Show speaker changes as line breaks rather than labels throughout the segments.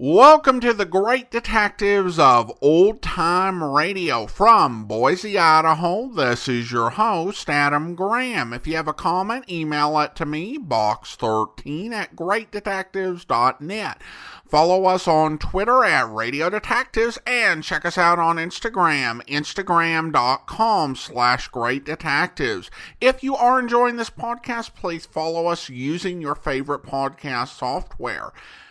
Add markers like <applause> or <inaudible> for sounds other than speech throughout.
Welcome to the great detectives of old time radio from Boise, Idaho. This is your host, Adam Graham. If you have a comment, email it to me, box13 at greatdetectives.net. Follow us on Twitter at Radio Detectives and check us out on Instagram, instagram.com slash great detectives. If you are enjoying this podcast, please follow us using your favorite podcast software.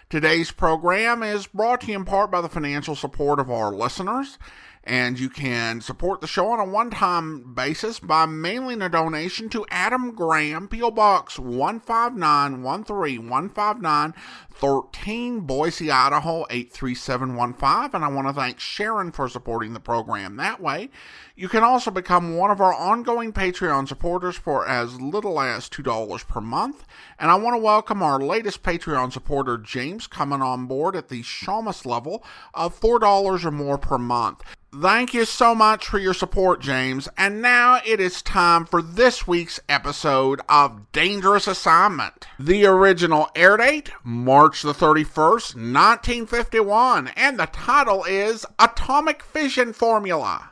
Today's program is brought to you in part by the financial support of our listeners. And you can support the show on a one time basis by mailing a donation to Adam Graham, P.O. Box 15913 159 13, Boise, Idaho 83715. And I want to thank Sharon for supporting the program that way. You can also become one of our ongoing Patreon supporters for as little as $2 per month. And I want to welcome our latest Patreon supporter, James, coming on board at the Shamus level of $4 or more per month. Thank you so much for your support, James. And now it is time for this week's episode of Dangerous Assignment. The original air date, March the 31st, 1951, and the title is Atomic Fission Formula.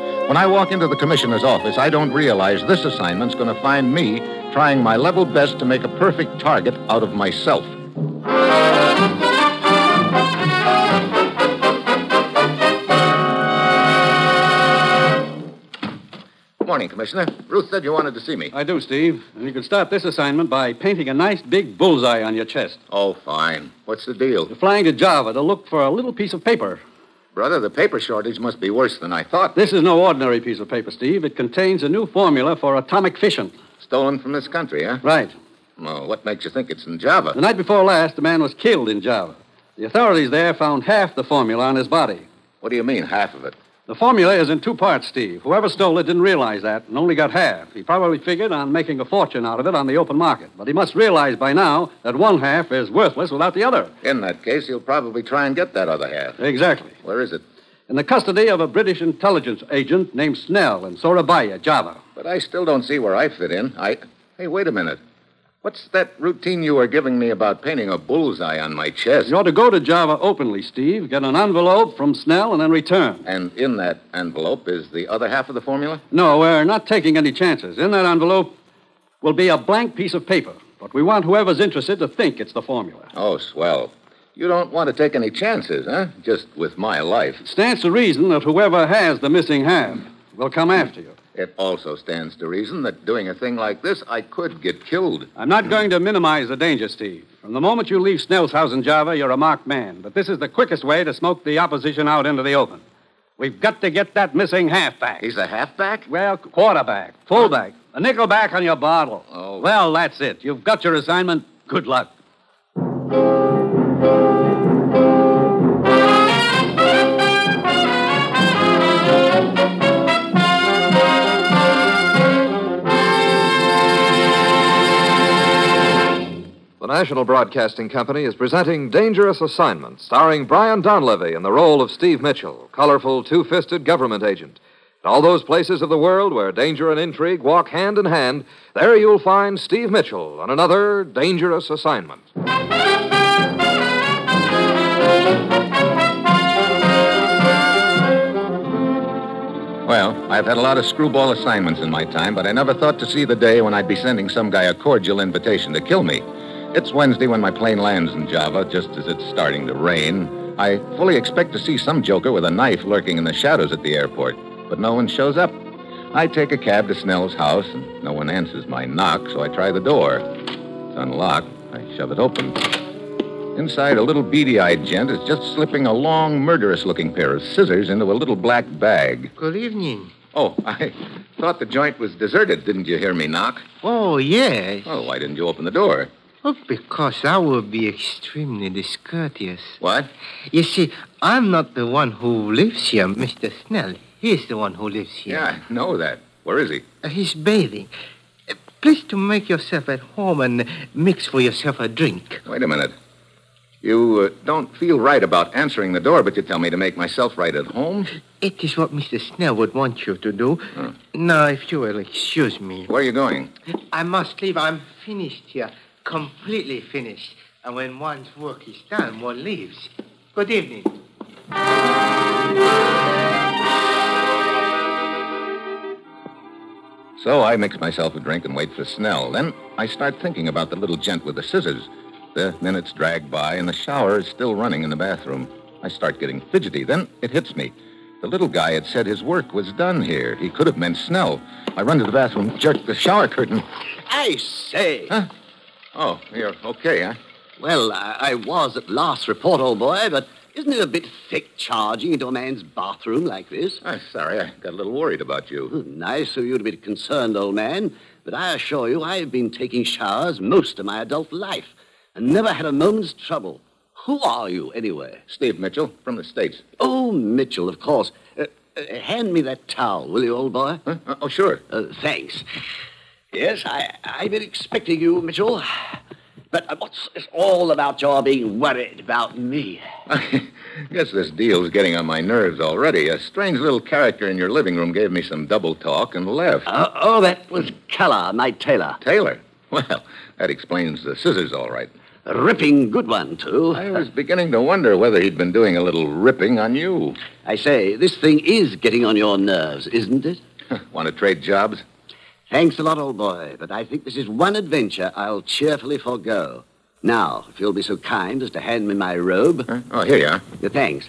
when I walk into the commissioner's office, I don't realize this assignment's going to find me trying my level best to make a perfect target out of myself. Morning, Commissioner. Ruth said you wanted to see me.
I do, Steve. And you can start this assignment by painting a nice big bullseye on your chest.
Oh, fine. What's the deal?
You're flying to Java to look for a little piece of paper.
Brother, the paper shortage must be worse than I thought.
This is no ordinary piece of paper, Steve. It contains a new formula for atomic fission.
Stolen from this country, huh?
Right.
Well, what makes you think it's in
The
Java?
night before last, a man was killed in Java. The authorities there found half the formula on his body.
What do you mean, half of it?
The formula is in two parts, Steve. Whoever stole it didn't realize that and only got half. He probably figured on making a fortune out of it on the open market. But he must realize by now that one half is worthless without the other.
In that case, you'll probably try and get that other half.
Exactly.
Where is it?
in the custody of a British intelligence agent named Snell in Surabaya, Java.
But I still don't see where I fit in. I. Hey, wait a minute. What's that routine you were giving me about painting a bullseye on my chest?
You ought to go to Java openly, Steve, get an envelope from Snell, and then return.
And in that envelope is the other half of the formula?
No, we're not taking any chances. In that envelope will be a blank piece of paper, but we want whoever's interested to think it's the formula.
Oh, swell. You don't want to take any chances, huh? Just with my life.
Stands to reason that whoever has the missing half will come after you.
It also stands to reason that doing a thing like this, I could get killed.
I'm not going to minimize the danger, Steve. From the moment you leave Snell's house in Java, you're a marked man. But this is the quickest way to smoke the opposition out into the open. We've got to get that missing half back.
He's a halfback?
Well, quarterback, fullback, a nickel back on your bottle.
Oh.
Well, that's it. You've got your assignment. Good luck.
The National Broadcasting Company is presenting Dangerous Assignment, starring Brian Donlevy in the role of Steve Mitchell, colorful, two fisted government agent. In all those places of the world where danger and intrigue walk hand in hand, there you'll find Steve Mitchell on another Dangerous Assignment.
Well, I've had a lot of screwball assignments in my time, but I never thought to see the day when I'd be sending some guy a cordial invitation to kill me. It's Wednesday when my plane lands in Java, just as it's starting to rain. I fully expect to see some joker with a knife lurking in the shadows at the airport, but no one shows up. I take a cab to Snell's house, and no one answers my knock, so I try the door. It's unlocked. I shove it open. Inside, a little beady eyed gent is just slipping a long, murderous looking pair of scissors into a little black bag.
Good evening.
Oh, I thought the joint was deserted. Didn't you hear me knock?
Oh, yes.
Well, why didn't you open the door?
Oh, because I would be extremely discourteous.
What?
You see, I'm not the one who lives here, Mr. Snell. He's the one who lives here.
Yeah, I know that. Where is he?
Uh, he's bathing. Uh, please to make yourself at home and mix for yourself a drink.
Wait a minute. You uh, don't feel right about answering the door, but you tell me to make myself right at home?
It is what Mr. Snell would want you to do.
Oh.
Now, if you will excuse me.
Where are you going?
I must leave. I'm finished here. Completely finished. And when one's work is done, one leaves. Good evening.
So I mix myself a drink and wait for Snell. Then I start thinking about the little gent with the scissors. The minutes drag by, and the shower is still running in the bathroom. I start getting fidgety. Then it hits me. The little guy had said his work was done here. He could have meant Snell. I run to the bathroom, jerk the shower curtain.
I say.
Huh? Oh, you're okay, huh?
Well, I, I was at last report, old boy, but isn't it a bit thick charging into a man's bathroom like this? Hmm,
I'm sorry. I got a little worried about you.
Nice of you to be concerned, old man, but I assure you I've been taking showers most of my adult life and never had a moment's trouble. Who are you, anyway?
Steve Mitchell from the States.
Oh, Mitchell, of course. Uh, uh, hand me that towel, will you, old boy?
Huh? Uh, Oh, sure.
Uh, thanks. Yes, I, I've been expecting you, Mitchell. But uh, what's this all about your being worried about me?
I guess this deal's getting on my nerves already. A strange little character in your living room gave me some double talk and left.
Uh, oh, that was Keller, my tailor.
Taylor? <laughs> Well, that explains the scissors all right.
A ripping good one, too.
I was beginning to wonder whether he'd been doing a little ripping on you.
I say, this thing is getting on your nerves, isn't it?
Want to trade jobs?
Thanks a lot, old boy, but I think this is one adventure I'll cheerfully forego. Now, if you'll be so kind as to hand me my robe.
Huh? Oh, here you are.
Yeah, thanks.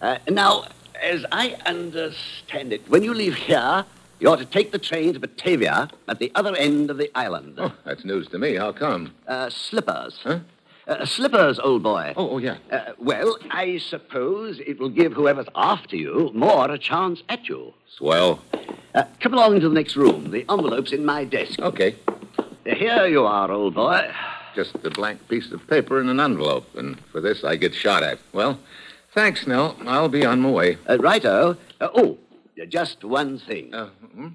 Uh, now, as I understand it, when you leave here, you ought to take the train to Batavia at the other end of the island.
Oh, that's news to me. How come?
Uh, slippers.
Huh?
Uh, slippers, old boy.
Oh, oh, yeah.
Uh, well, I suppose it will give whoever's after you more a chance at you.
Swell.
Uh, come along into the next room. The envelope's in my desk.
Okay.
Here you are, old boy.
Just a blank piece of paper and an envelope, and for this I get shot at. Well, thanks, Snell. I'll be on my way.
Uh, righto. Uh, oh, just one thing.
Uh, hmm?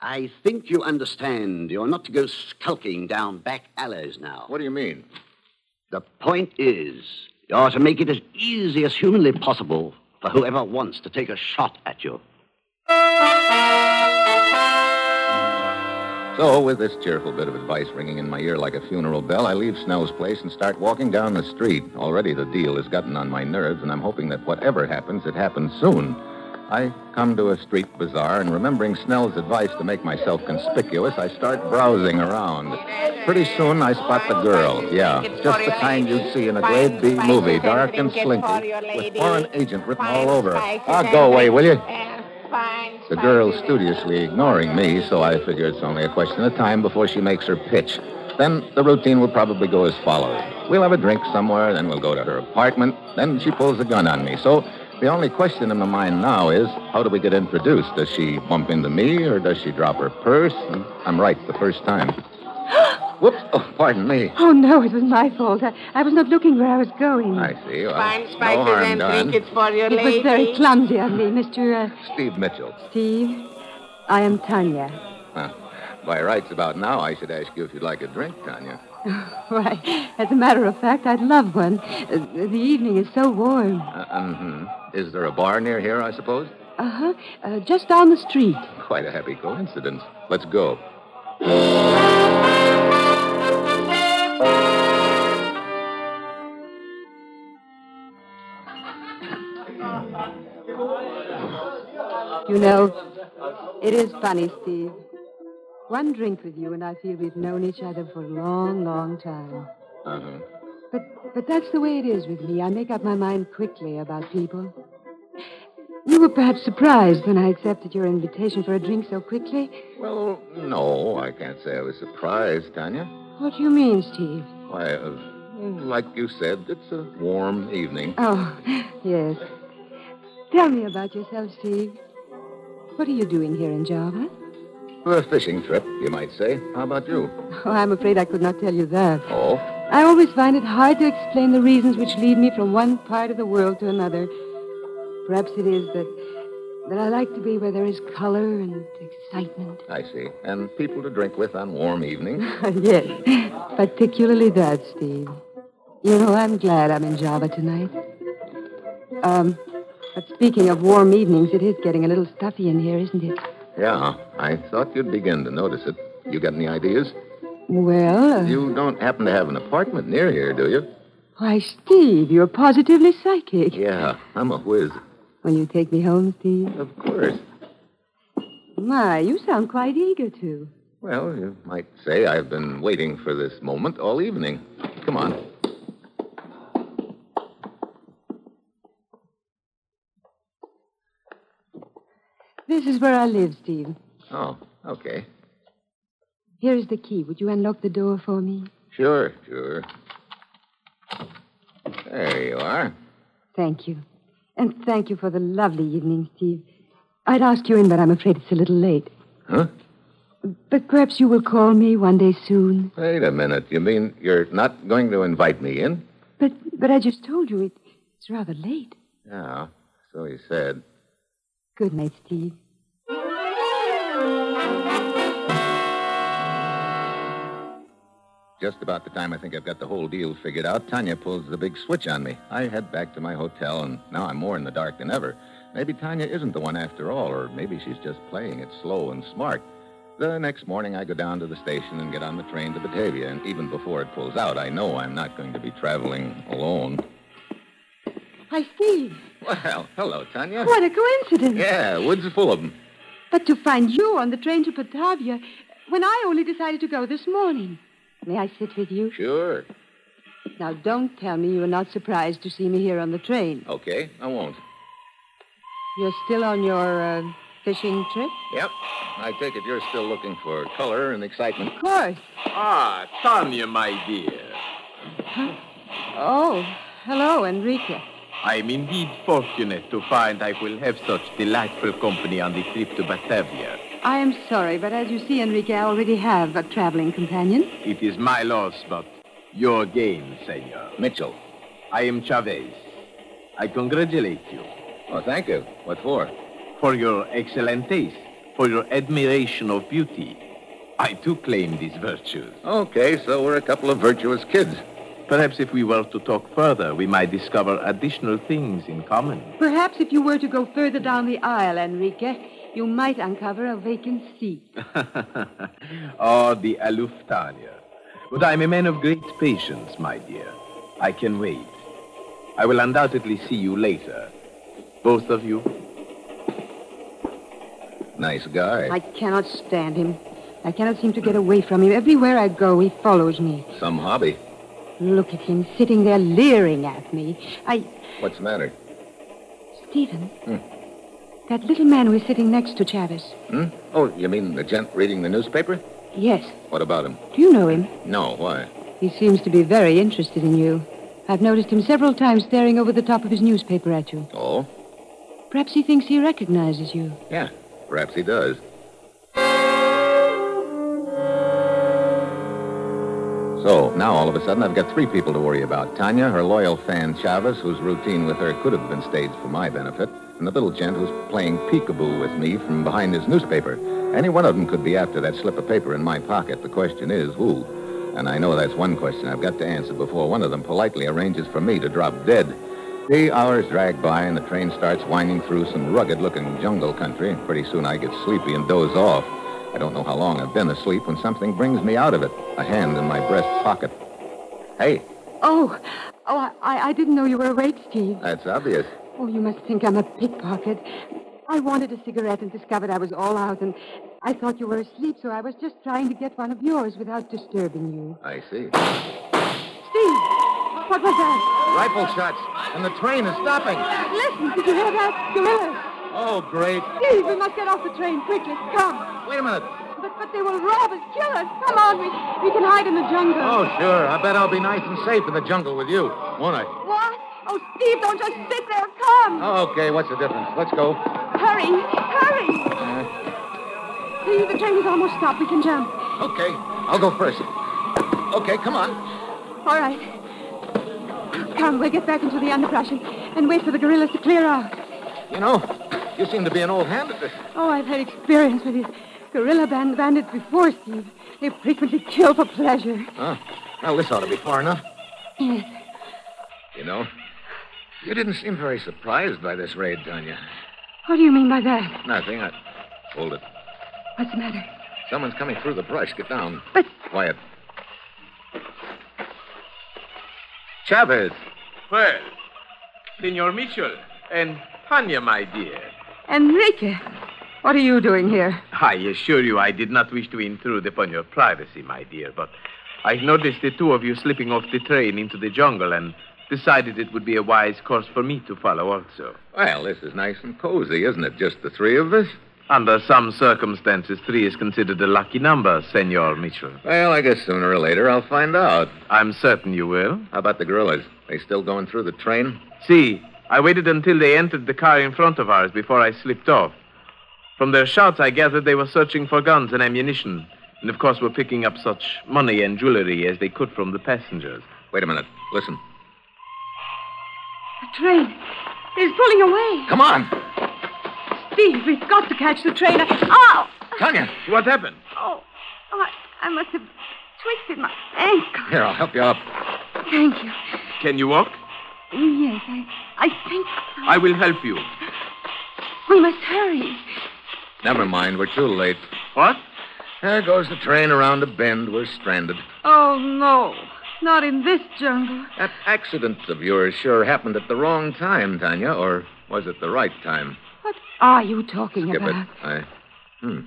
I think you understand. You're not to go skulking down back alleys now.
What do you mean?
The point is, you're to make it as easy as humanly possible for whoever wants to take a shot at you.
So, with this cheerful bit of advice ringing in my ear like a funeral bell, I leave Snell's place and start walking down the street. Already the deal has gotten on my nerves, and I'm hoping that whatever happens, it happens soon. I come to a street bazaar, and remembering Snell's advice to make myself conspicuous, I start browsing around. Pretty soon, I spot the girl. Yeah, just the kind you'd see in a grade B movie, dark and slinky, with foreign agent written all over. her. Ah, go away, will you? The girl's studiously ignoring me, so I figure it's only a question of time before she makes her pitch. Then the routine will probably go as follows. We'll have a drink somewhere, then we'll go to her apartment, then she pulls a gun on me. So the only question in my mind now is how do we get introduced? Does she bump into me or does she drop her purse? And I'm right the first time. Whoops, oh, pardon me.
Oh, no, it was my fault. I, I was not looking where I was going.
I see. Well,
Fine
no
spices
harm
and
done.
trinkets for your
it was
lady.
very clumsy of me, Mr. Uh,
Steve Mitchell.
Steve. I am Tanya. <laughs>
Huh. By rights about now, I should ask you if you'd like a drink, Tanya.
Why, as a matter of fact, I'd love one. Uh, the evening is so warm.
Uh, mm-hmm. Is there a bar near here, I suppose?
Uh-huh. Uh, just down the street.
Quite a happy coincidence. Let's go.
You know, it is funny, Steve. One drink with you, and I feel we've known each other for a long, long time.
Uh-huh.
But, but that's the way it is with me. I make up my mind quickly about people. You were perhaps surprised when I accepted your invitation for a drink so quickly.
Well, no, I can't say I was surprised, Tanya.
What do you mean, Steve?
Why, uh, like you said, it's a warm evening.
Oh, yes. Tell me about yourself, Steve. What are you doing here in Java?
For a fishing trip, you might say. How about you?
Oh, I'm afraid I could not tell you that.
Oh?
I always find it hard to explain the reasons which lead me from one part of the world to another. Perhaps it is that that I like to be where there is color and excitement.
I see. And people to drink with on warm
<laughs>
evenings?
yes, particularly that, Steve. You know, I'm glad I'm in Java tonight. Um, but speaking of warm evenings, it is getting a little stuffy in here, isn't it?
Yeah, I thought you'd begin to notice it. You got any ideas?
Well, uh,
You don't happen to have an apartment near here, do you?
why, Steve, you're positively psychic.
Yeah, I'm a whiz.
Will you take me home, Steve?
Of course.
My, you sound quite eager to.
Well, you might say I've been waiting for this moment all evening. Come on.
This is where I live, Steve.
Oh, okay.
Here is the key. Would you unlock the door for me?
Sure, sure. There you are.
Thank you. And thank you for the lovely evening, Steve. I'd ask you in, but I'm afraid it's a little late.
Huh?
But perhaps you will call me one day soon.
Wait a minute. You mean you're not going to invite me in?
But but I just told you it, it's rather late.
Yeah, so he said.
Good night, Steve.
Just about the time I think I've got the whole deal figured out, Tanya pulls the big switch on me. I head back to my hotel, and now I'm more in the dark than ever. Maybe Tanya isn't the one after all, or maybe she's just playing it slow and smart. The next morning, I go down to the station and get on the train to Batavia, and even before it pulls out, I know I'm not going to be traveling alone.
Hi, Steve.
Well, hello, Tanya.
What a coincidence.
Yeah, woods full of 'em.
But to find you on the train to Batavia when I only decided to go this morning. May I sit with you?
Sure.
Now, don't tell me you were not surprised to see me here on the train.
Okay, I won't.
You're still on your uh, fishing trip?
Yep. I take it you're still looking for color and excitement.
Of course.
Ah, Tanya, my dear.
Oh, hello, Enrique.
I'm indeed fortunate to find I will have such delightful company on the trip to Batavia.
I am sorry, but as you see, Enrique, I already have a traveling companion.
It is my loss, but your gain, senor.
Mitchell.
I am Chavez. I congratulate you
Oh, thank you. What for?
for your excellent taste, for your admiration of beauty. I too claim these virtues.
Okay, so we're a couple of virtuous kids.
Perhaps if we were to talk further, we might discover additional things in common.
Perhaps if you were to go further down the aisle, Enrique, you might uncover a vacant seat.
<laughs> oh, the aloof Tanya. But I'm a man of great patience, my dear. I can wait. I will undoubtedly see you later. Both of you.
Nice guy.
I cannot stand him. I cannot seem to get away from him. Everywhere I go, he follows me.
Some hobby.
Look at him sitting there leering at me. I.
What's the matter?
Stephen. That little man who is sitting next to Chavez.
Hmm? Oh, you mean the gent reading the newspaper?
Yes.
What about him?
Do you know him?
No, why?
He seems to be very interested in you. I've noticed him several times staring over the top of his newspaper at you.
Oh?
Perhaps he thinks he recognizes you.
Yeah, perhaps he does. So, now all of a sudden I've got three people to worry about. Tanya, her loyal fan Chavez, whose routine with her could have been staged for my benefit, and the little gent who's playing peekaboo with me from behind his newspaper. Any one of them could be after that slip of paper in my pocket. The question is, who? And I know that's one question I've got to answer before one of them politely arranges for me to drop dead. The hours drag by and the train starts winding through some rugged-looking jungle country. Pretty soon I get sleepy and doze off. I don't know how long I've been asleep when something brings me out of it. A hand in my breast pocket. Hey,
Oh, oh, I, I didn't know you were awake, Steve.
that's obvious.
Oh, you must think I'm a pickpocket. I wanted a cigarette and discovered I was all out, and I thought you were asleep, so I was just trying to get one of yours without disturbing you.
I see.
Steve, what was that?
Rifle shots, and the train is stopping.
Listen, did you hear that? <laughs> Gorillas.
Oh, great.
Steve, we must get off the train quickly. Come.
Wait a minute.
But, but they will rob us, kill us. Come on, we, we can hide in the jungle.
Oh, sure. I bet I'll be nice and safe in the jungle with you, won't I?
What? Oh,
Oh.
Steve, don't just sit there. Come.
Okay, what's the difference? Let's go.
Hurry, hurry.
Uh,
Steve, the train has almost stopped. We can jump.
Okay, I'll go first. Okay, come on.
All right. Come, we'll get back into the underbrush and, and wait for the gorillas to clear out.
You know, you seem to be an old hand at this.
Oh, I've had experience with these gorilla band bandits before, Steve. They frequently kill for pleasure.
Huh? Well, this ought to be far enough.
Yes.
You know, you didn't seem very surprised by this raid, Tanya.
What do you mean by that?
Nothing. I... Hold it.
What's the matter?
Someone's coming through the brush. Get down.
But-
Quiet. Chavez.
Well, Senor Mitchell and Tanya, my dear.
Enrique, what are you doing here?
I assure you I did not wish to intrude upon your privacy, my dear, but I noticed the two of you slipping off the train into the jungle and decided it would be a wise course for me to follow also.
Well, this is nice and cozy, isn't it? Just the three of us?
Under some circumstances, three is considered a lucky number, Senor Mitchell.
Well, I guess sooner or later I'll find out.
I'm certain you will.
How about the gorillas? They still going through the train?
See, I waited until they entered the car in front of ours before I slipped off. From their shouts, I gathered they were searching for guns and ammunition, and of course were picking up such money and jewelry as they could from the passengers.
Wait a minute. Listen.
The train is pulling away.
Come on.
Steve, we've got to catch the train. Oh!
Tanya.
What happened?
Oh, oh I, I must have twisted my ankle.
Here, I'll help you up.
Thank you.
Can you walk?
Yes, I, I think so.
I will help you.
We must hurry.
Never mind. We're too late.
What?
There goes the train around a bend. We're stranded.
Oh, no. Not in this jungle.
That accident of yours sure happened at the wrong time, Tanya, or was it the right time?
What are you talking
Skip
about?
it. I. Hmm.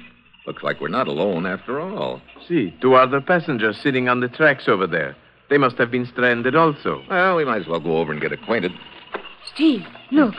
Looks like we're not alone after all.
See, two other passengers sitting on the tracks over there. They must have been stranded also.
Well, we might as well go over and get acquainted.
Steve, look.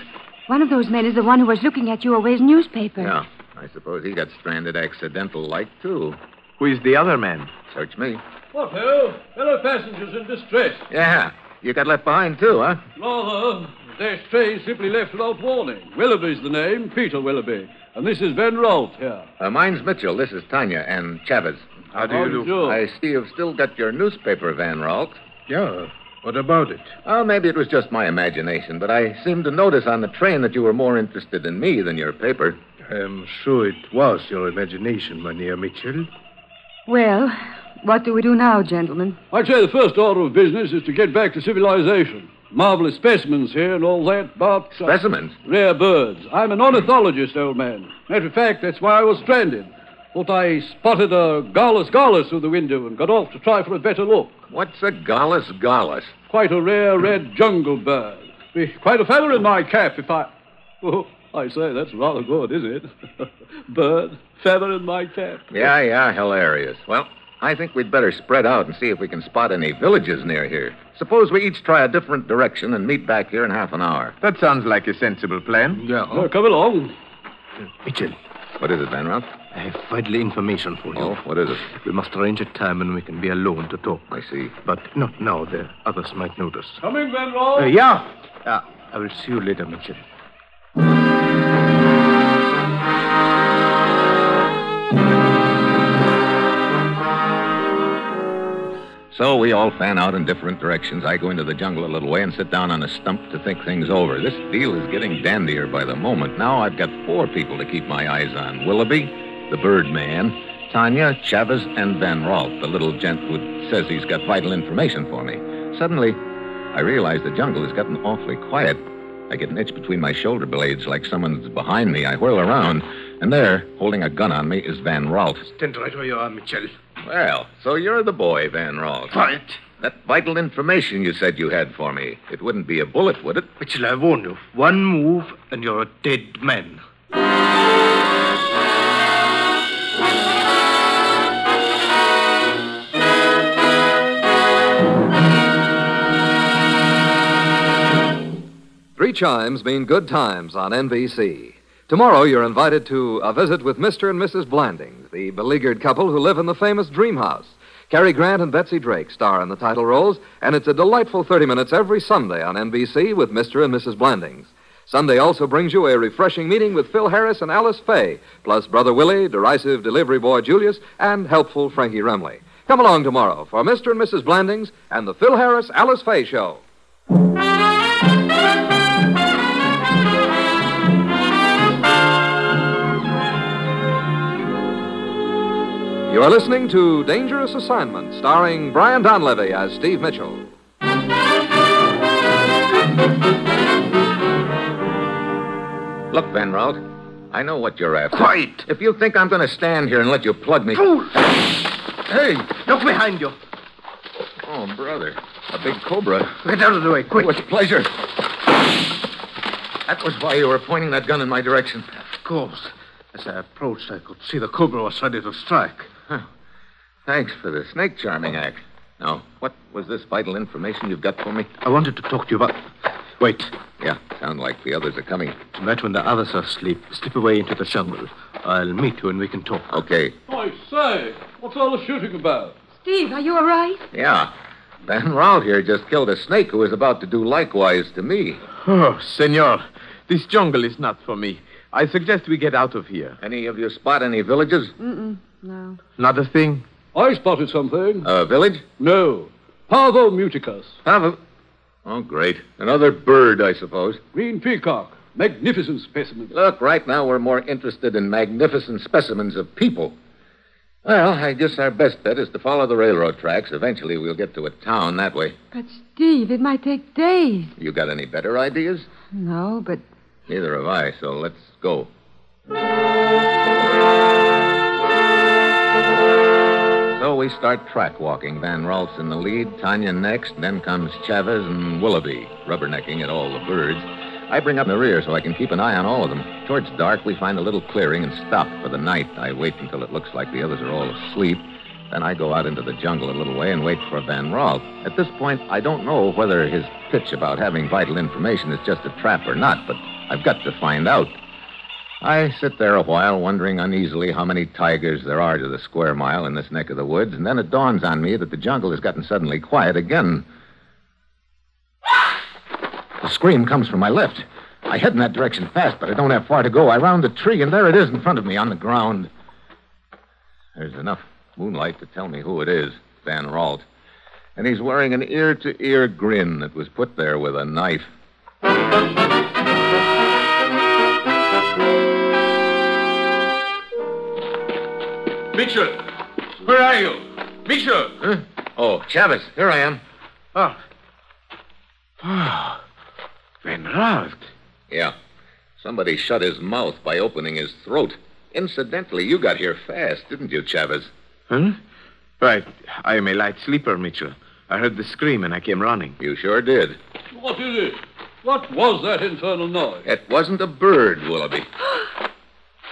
One of those men is the one who was looking at you away's newspaper.
Yeah. I suppose he got stranded accidental like, too.
Who is the other man?
Search me.
What, ho! Fellow passengers in distress.
Yeah. You got left behind, too, huh?
Rather, their train simply left without warning. Willoughby's the name, Peter Willoughby. And this is Van Rolf here.
Uh, mine's Mitchell. This is Tanya and Chavez.
How do you How do? do?
I see you've still got your newspaper, Van Ralt.
Yeah, what about it?
Oh, maybe it was just my imagination, but I seemed to notice on the train that you were more interested in me than your paper.
I'm sure it was your imagination, Mynheer Mitchell.
Well, what do we do now, gentlemen?
I'd say the first order of business is to get back to civilization. Marvelous specimens here and all that, but. uh,
Specimens?
Rare birds. I'm an ornithologist, old man. Matter of fact, that's why I was stranded. Thought I spotted a gallus gallus through the window and got off to try for a better look.
What's a gallus gallus?
Quite a rare red jungle bird. Be quite a feather in my cap if I. Oh, I say, that's rather good, isn't it? <laughs> bird, feather in my cap.
Yeah, yeah, hilarious. Well, I think we'd better spread out and see if we can spot any villages near here. Suppose we each try a different direction and meet back here in half an hour.
That sounds like a sensible plan.
oh,
Now, come along.
Mitchell,
What is it, Van Ralt?
I have vital information for you.
Oh, what is it?
We must arrange a time when we can be alone to talk.
I see.
But not now. The others might notice.
Coming, Van Rolf.
Uh, yeah. Uh, I will see you later, Mitchell.
So we all fan out in different directions. I go into the jungle a little way and sit down on a stump to think things over. This deal is getting dandier by the moment. Now I've got four people to keep my eyes on Willoughby, the bird man, Tanya, Chavez, and Van Rolf, the little gent who says he's got vital information for me. Suddenly, I realize the jungle has gotten awfully quiet. I get an itch between my shoulder blades like someone's behind me. I whirl around, and there, holding a gun on me, is Van Rolf.
Stand right where you are, Mitchell.
Well, so you're the boy, Van Rolf.
Quiet.
That vital information you said you had for me. It wouldn't be a bullet, would it?
Mitchell, I warn you. One move, and you're a dead man.
Three chimes mean good times on NBC. Tomorrow, you're invited to a visit with Mr. and Mrs. Blandings, the beleaguered couple who live in the famous Dream House. Cary Grant and Betsy Drake star in the title roles, and it's a delightful 30 minutes every Sunday on NBC with Mr. and Mrs. Blandings. Sunday also brings you a refreshing meeting with Phil Harris and Alice Fay, plus Brother Willie, derisive delivery boy Julius, and helpful Frankie Remley. Come along tomorrow for Mr. and Mrs. Blandings and the Phil Harris Alice Fay Show. You are listening to Dangerous Assignment, starring Brian Donlevy as Steve Mitchell.
Look, Van Rout, I know what you're after. Quiet! If you think I'm going to stand here and let you plug me.
Fool! Hey, look behind you.
Oh, brother. A big cobra.
Get out of the way, quick.
With pleasure. That was why you were pointing that gun in my direction.
Of course. As I approached, I could see the cobra was ready to strike.
Thanks for the snake charming act. Now, what was this vital information you've got for me?
I wanted to talk to you about. Wait.
Yeah, sound like the others are coming.
Tonight, when the others are asleep, slip away into the jungle. I'll meet you and we can talk.
Okay.
I say, what's all the shooting about?
Steve, are you all right?
Yeah. Van Rout here just killed a snake who was about to do likewise to me.
Oh, senor, this jungle is not for me. I suggest we get out of here.
Any of you spot any villages?
Mm-mm, no.
Not a thing.
I spotted something.
A Uh, village?
No. Parvo muticus,
Have a... Oh, great. Another bird, I suppose.
green peacock, magnificent specimen.
Uh,
Look, right now we're more interested in magnificent specimens of people. Well, I guess our best bet is to follow the railroad tracks. Eventually we'll get to a town that way.
But, Steve, it might take days.
You got any better ideas?
No, but
Neither have I, so let's go. So we start track walking. Van Ralph's in the lead, Tanya next, then comes Chavez and Willoughby, rubbernecking at all the birds. I bring up in the rear so I can keep an eye on all of them. Towards dark, we find a little clearing and stop for the night. I wait until it looks like the others are all asleep. Then I go out into the jungle a little way and wait for Van Ralph. At this point, I don't know whether his pitch about having vital information is just a trap or not, but I've got to find out. I sit there a while, wondering uneasily how many tigers there are to the square mile in this neck of the woods, and then it dawns on me that the jungle has gotten suddenly quiet again. The scream comes from my left. I head in that direction fast, but I don't have far to go. I round a tree, and there it is in front of me on the ground. There's enough moonlight to tell me who it is Van Ralt. And he's wearing an ear to ear grin that was put there with a knife.
Mitchell! Where are you? Mitchell!
Huh? Oh, Chavez, here I am.
Oh. Oh. Van Raut.
Yeah. Somebody shut his mouth by opening his throat. Incidentally, you got here fast, didn't you, Chavez?
Huh? Right. I am a light sleeper, Mitchell. I heard the scream and I came running.
You sure did.
<sighs> What is it? What was that infernal noise?
It wasn't a bird, Willoughby.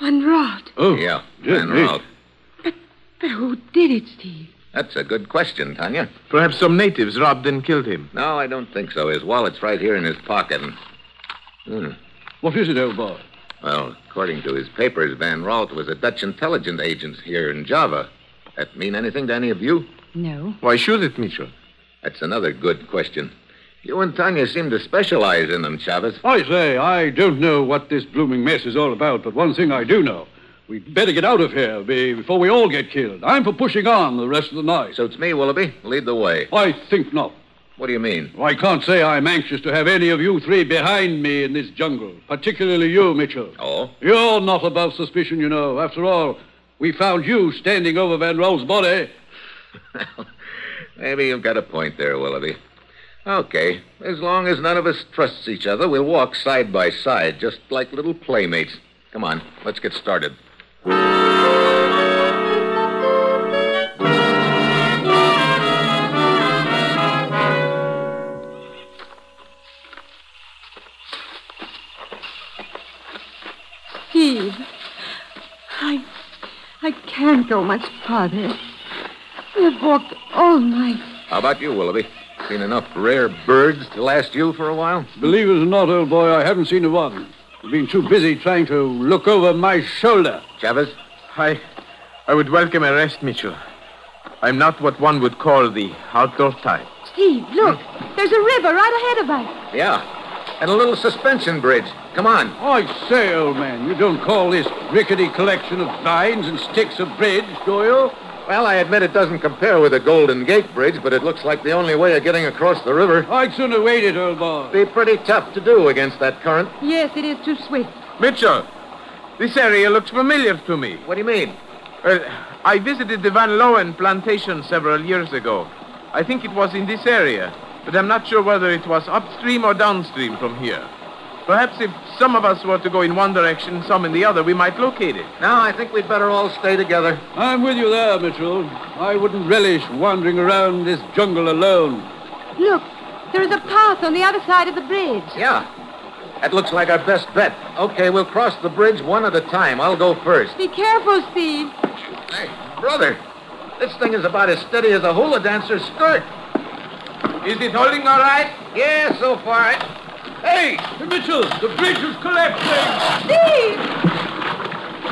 Van Rod.
Oh. Yeah,
dear
Van
me.
Ralph.
But who did it, Steve?
That's a good question, Tanya.
Perhaps some natives robbed and killed him.
No, I don't think so. His wallet's right here in his pocket. and- Hmm.
What is it, old boy?
Well, according to his papers, Van Ralt was a Dutch intelligence agent here in Java. That mean anything to any of you?
No.
Why should it, Mitchell?
That's another good question. You and Tanya seem to specialize in them, Chavez.
I say, I don't know what this blooming mess is all about, but one thing I do know. We'd better get out of here be- before we all get killed. I'm for pushing on the rest of the night.
Suits me, Willoughby. Lead the way.
I think not.
What do you mean?
I can't say I'm anxious to have any of you three behind me in this jungle, particularly you, Mitchell.
Oh?
You're not above suspicion, you know. After all, we found you standing over Van Roll's body.
Maybe you've got a point there, Willoughby. Okay. As long as none of us trusts each other, we'll walk side by side, just like little playmates. Come on, let's get started.
Steve, I, I can't go much farther. We have walked all night.
How about you, Willoughby? Seen enough rare birds to last you for a while?
Believe it or not, old boy, I haven't seen a one. I've been too busy trying to look over my shoulder.
Chavez?
I. I would welcome a rest, Mitchell. I'm not what one would call the outdoor type.
Steve, look. There's a river right ahead of us.
Yeah. and a little suspension bridge. Come on.
I say, old man, you don't call this rickety collection of vines and sticks a bridge, do you?
Well, I admit it doesn't compare with the Golden Gate Bridge, but it looks like the only way of getting across the river.
I'd sooner wait it, old boy.
Be pretty tough to do against that current.
Yes, it is too swift.
Mitchell, this area looks familiar to me.
What do you mean?
Well, I visited the Van Loen plantation several years ago. I think it was in this area, but I'm not sure whether it was upstream or downstream from here. Perhaps if some of us were to go in one direction, some in the other, we might locate it.
No, I think we'd better all stay together.
I'm with you there, Mitchell. I wouldn't relish wandering around this jungle alone.
Look, there is a path on the other side of the bridge.
Yeah. That looks like our best bet. Okay, we'll cross the bridge one at a time. I'll go first.
Be careful, Steve.
Hey, brother, this thing is about as steady as a hula dancer's skirt.
Is it holding all right?
Yeah, so far.
Hey, Mitchell, the bridge is collapsing.
Steve!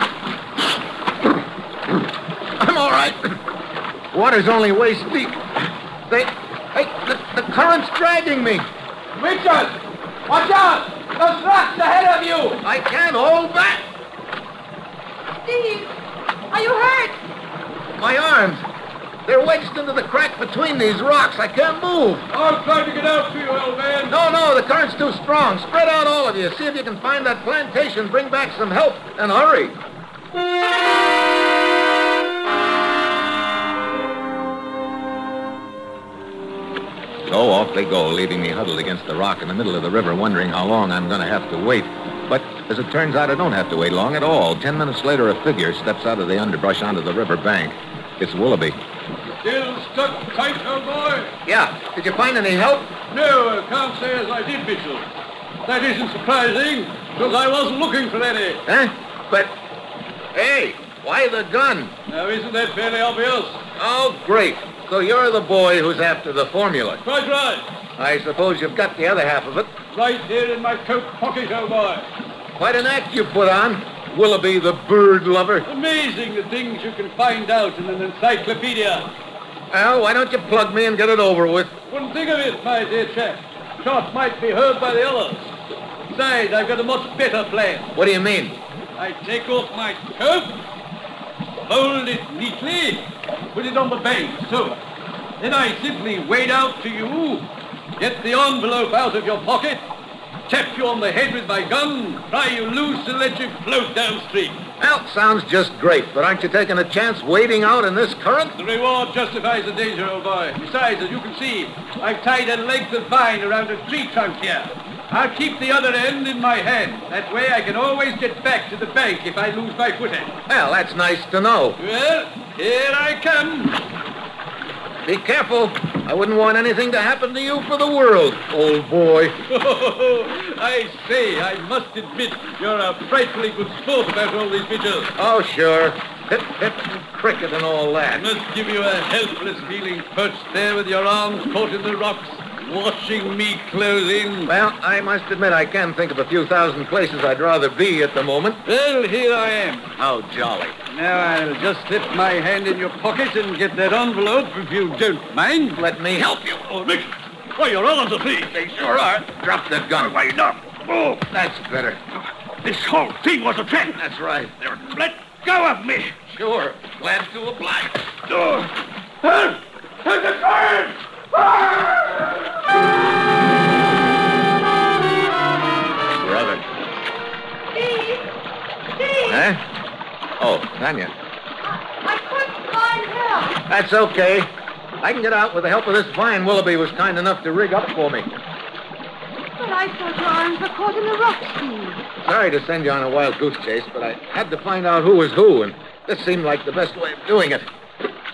I'm all right. Water's only waist deep. They, hey, the, the current's dragging me.
Mitchell! Watch out! Those rocks ahead of you!
I can't hold back.
Steve! Are you hurt?
My arms, they're wedged into the crack between these rocks. I can't move.
I'm trying to get out to you, old man.
No, no, the current's too strong. Spread out, all of you. See if you can find that plantation. Bring back some help and hurry. So off they go, leaving me huddled against the rock in the middle of the river, wondering how long I'm going to have to wait. But as it turns out, I don't have to wait long at all. Ten minutes later, a figure steps out of the underbrush onto the river bank. It's Willoughby.
Still stuck tight, old boy?
Yeah. Did you find any help?
No, I can't say as I did, Mitchell. That isn't surprising, because I wasn't looking for any.
Huh? But, hey, why the gun?
Now, isn't that fairly obvious?
Oh, great. So you're the boy who's after the formula.
Quite right.
I suppose you've got the other half of it.
Right here in my coat pocket, old boy.
Quite an act you put on. Willoughby, the bird lover.
Amazing the things you can find out in an encyclopedia.
Al, why don't you plug me and get it over with?
Wouldn't think of it, my dear chap. Shot might be heard by the others. Besides, I've got a much better plan.
What do you mean?
I take off my coat, fold it neatly, put it on the bank, so. Then I simply wade out to you, get the envelope out of your pocket, tap you on the head with my gun, pry you loose and let you float downstream.
Al, sounds just great, but aren't you taking a chance wading out in this current?
The reward justifies the danger, old boy. Besides, as you can see, I've tied a length of vine around a tree trunk here. I'll keep the other end in my hand. That way I can always get back to the bank if I lose my footing.
Well, that's nice to know.
Well, here I come.
Be careful. I wouldn't want anything to happen to you for the world, old <laughs> boy.
Oh, I say, I must admit, you're a frightfully good sport about all these vigils.
Oh, sure. Hip, hip, and cricket and all
I
that.
must give you a helpless feeling perched there with your arms caught in the rocks, watching me close in.
Well, I must admit I can think of a few thousand places I'd rather be at the moment.
Well, here I am.
How jolly.
Now I'll just slip my hand in your pocket and get that envelope if you don't mind.
Let me help you.
Oh, Mick! Why, you're all on the feet. They
Sure are. Drop that gun.
Why, enough. Oh,
That's better.
this whole thing was a trick.
That's right.
They're- Let go of me.
Sure. Glad to oblige.
Oh, help! Help the current!
Brother.
Steve! Steve!
Huh? Oh, Tanya.
I couldn't find help.
That's okay. I can get out with the help of this vine Willoughby was kind enough to rig up for me.
But I thought your arms were caught in the rocks, Steve.
Sorry to send you on a wild goose chase, but I had to find out who was who, and this seemed like the best way of doing it.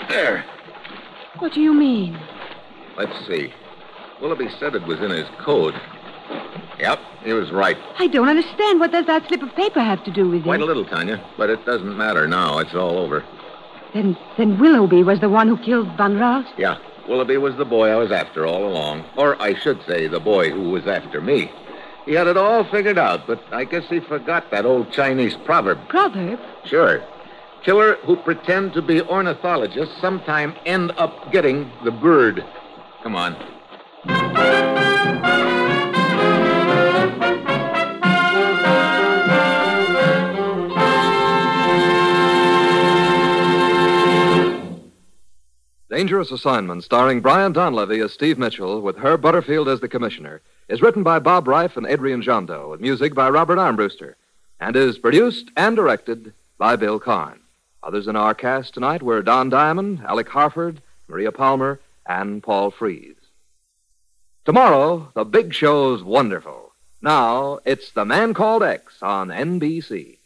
There.
What do you mean?
Let's see. Willoughby said it was in his coat. Yep, he was right.
I don't understand. What does that slip of paper have to do with
Wait a
it?
little, Tanya, but it doesn't matter now. It's all over.
Then, then Willoughby was the one who killed Van Rouse?
Yeah, Willoughby was the boy I was after all along. Or I should say, the boy who was after me. He had it all figured out, but I guess he forgot that old Chinese proverb.
Proverb?
Sure. Killer who pretend to be ornithologists sometime end up getting the bird. Come on.
Dangerous Assignment, starring Brian Donlevy as Steve Mitchell, with Herb Butterfield as the commissioner, is written by Bob Reif and Adrian Jondo, with music by Robert Armbruster, and is produced and directed by Bill Kahn. Others in our cast tonight were Don Diamond, Alec Harford, Maria Palmer, and Paul Fries. Tomorrow, the big show's wonderful. Now, it's The Man Called X on NBC.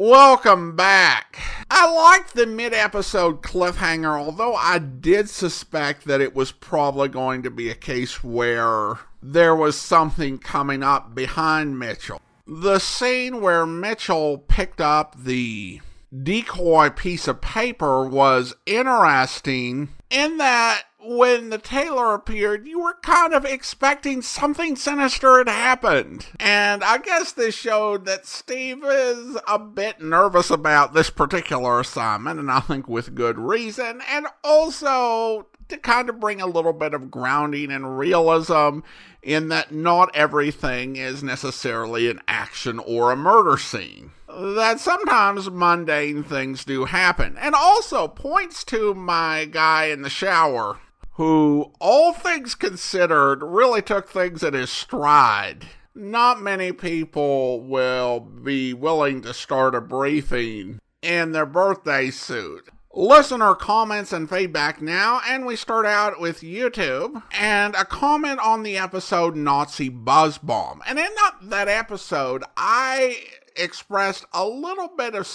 Welcome back. I liked the mid episode cliffhanger, although I did suspect that it was probably going to be a case where there was something coming up behind Mitchell. The scene where Mitchell picked up the decoy piece of paper was interesting in that when the tailor appeared, you were kind of expecting something sinister had happened. And I guess this showed that Steve is a bit nervous about this particular assignment, and I think with good reason, and also to kind of bring a little bit of grounding and realism in that not everything is necessarily an action or a murder scene that sometimes mundane things do happen. And also points to my guy in the shower, who, all things considered, really took things at his stride. Not many people will be willing to start a briefing in their birthday suit. Listener comments and feedback now, and we start out with YouTube and a comment on the episode Nazi Buzz Bomb. And in that, that episode, I expressed a little bit of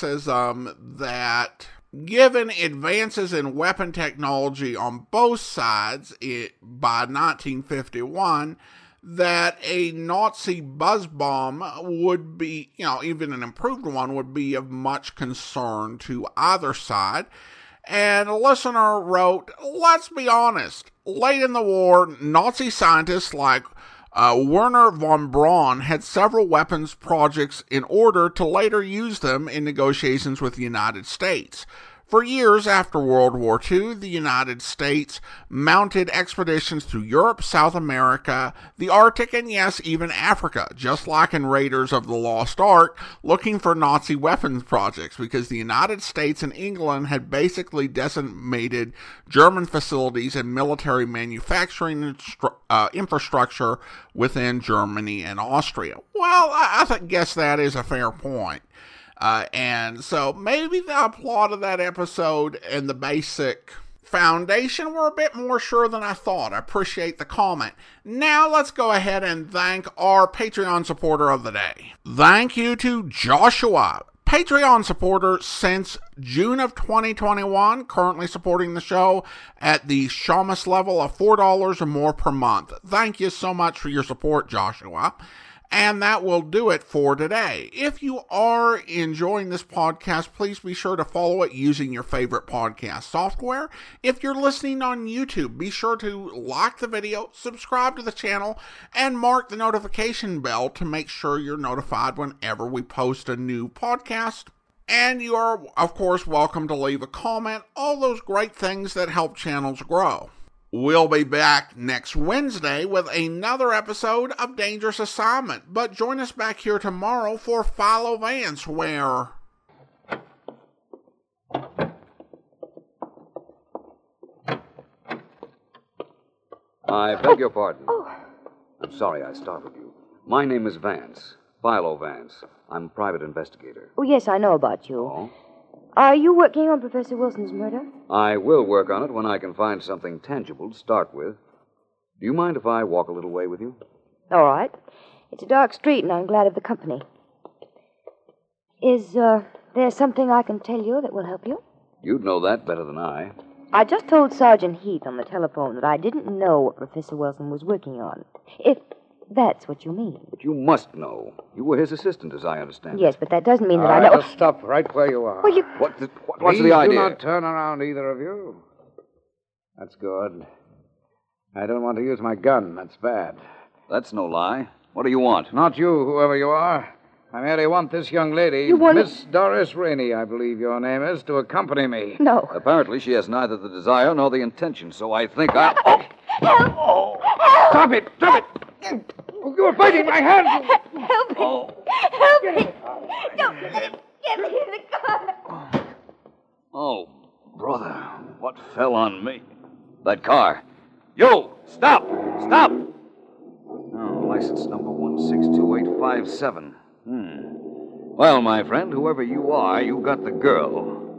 skepticism that given advances in weapon technology on both sides it, by 1951 that a Nazi buzz bomb would be, you know, even an improved one would be of much concern to either side. And a listener wrote, let's be honest, late in the war, Nazi scientists like uh, Werner von Braun had several weapons projects in order to later use them in negotiations with the United States. For years after World War II, the United States mounted expeditions through Europe, South America, the Arctic, and yes, even Africa, just like in Raiders of the Lost Ark, looking for Nazi weapons projects, because the United States and England had basically decimated German facilities and military manufacturing instru- uh, infrastructure within Germany and Austria. Well, I, I th- guess that is a fair point. Uh, and so maybe the plot of that episode and the basic foundation were a bit more sure than I thought. I appreciate the comment. Now let's go ahead and thank our Patreon supporter of the day. Thank you to Joshua. Patreon supporter since June of 2021, currently supporting the show at the Shamus level of $4 or more per month. Thank you so much for your support, Joshua. And that will do it for today. If you are enjoying this podcast, please be sure to follow it using your favorite podcast software. If you're listening on YouTube, be sure to like the video, subscribe to the channel, and mark the notification bell to make sure you're notified whenever we post a new podcast. And you are, of course, welcome to leave a comment, all those great things that help channels grow. We'll be back next Wednesday with another episode of Dangerous Assignment, but join us back here tomorrow for Philo Vance, where.
I beg your pardon.
Oh.
I'm sorry I startled you. My name is Vance, Philo Vance. I'm a private investigator.
Oh, yes, I know about you.
Oh.
Are you working on Professor Wilson's murder?
I will work on it when I can find something tangible to start with. Do you mind if I walk a little way with you?
All right. It's a dark street, and I'm glad of the company. Is uh, there something I can tell you that will help you?
You'd know that better than I.
I just told Sergeant Heath on the telephone that I didn't know what Professor Wilson was working on. If that's what you mean.
But you must know. You were his assistant, as I understand.
Yes, but that doesn't mean that
All
I
right,
know.
let's
Ah, Stop right where you are.
Well, you-
What the, what, what's
Please
the idea?
Do not turn around, either of you. That's good. I don't want to use my gun. That's bad.
That's no lie. What do you want?
Not you, whoever you are. I merely want this young lady,
You want-
Miss Doris Rainey, I believe your name is, to accompany me.
No.
Apparently, she has neither the desire nor the intention, so I think I. Oh!
Help! Help!
Stop it! Stop it! You are biting my hand!
Help me!
Oh.
Help me! Don't let him get me in the car.
Oh, brother, what fell on me? That car. You! Stop! Stop! Oh, license number 162857. Hmm. Well, my friend, whoever you are, you got the girl,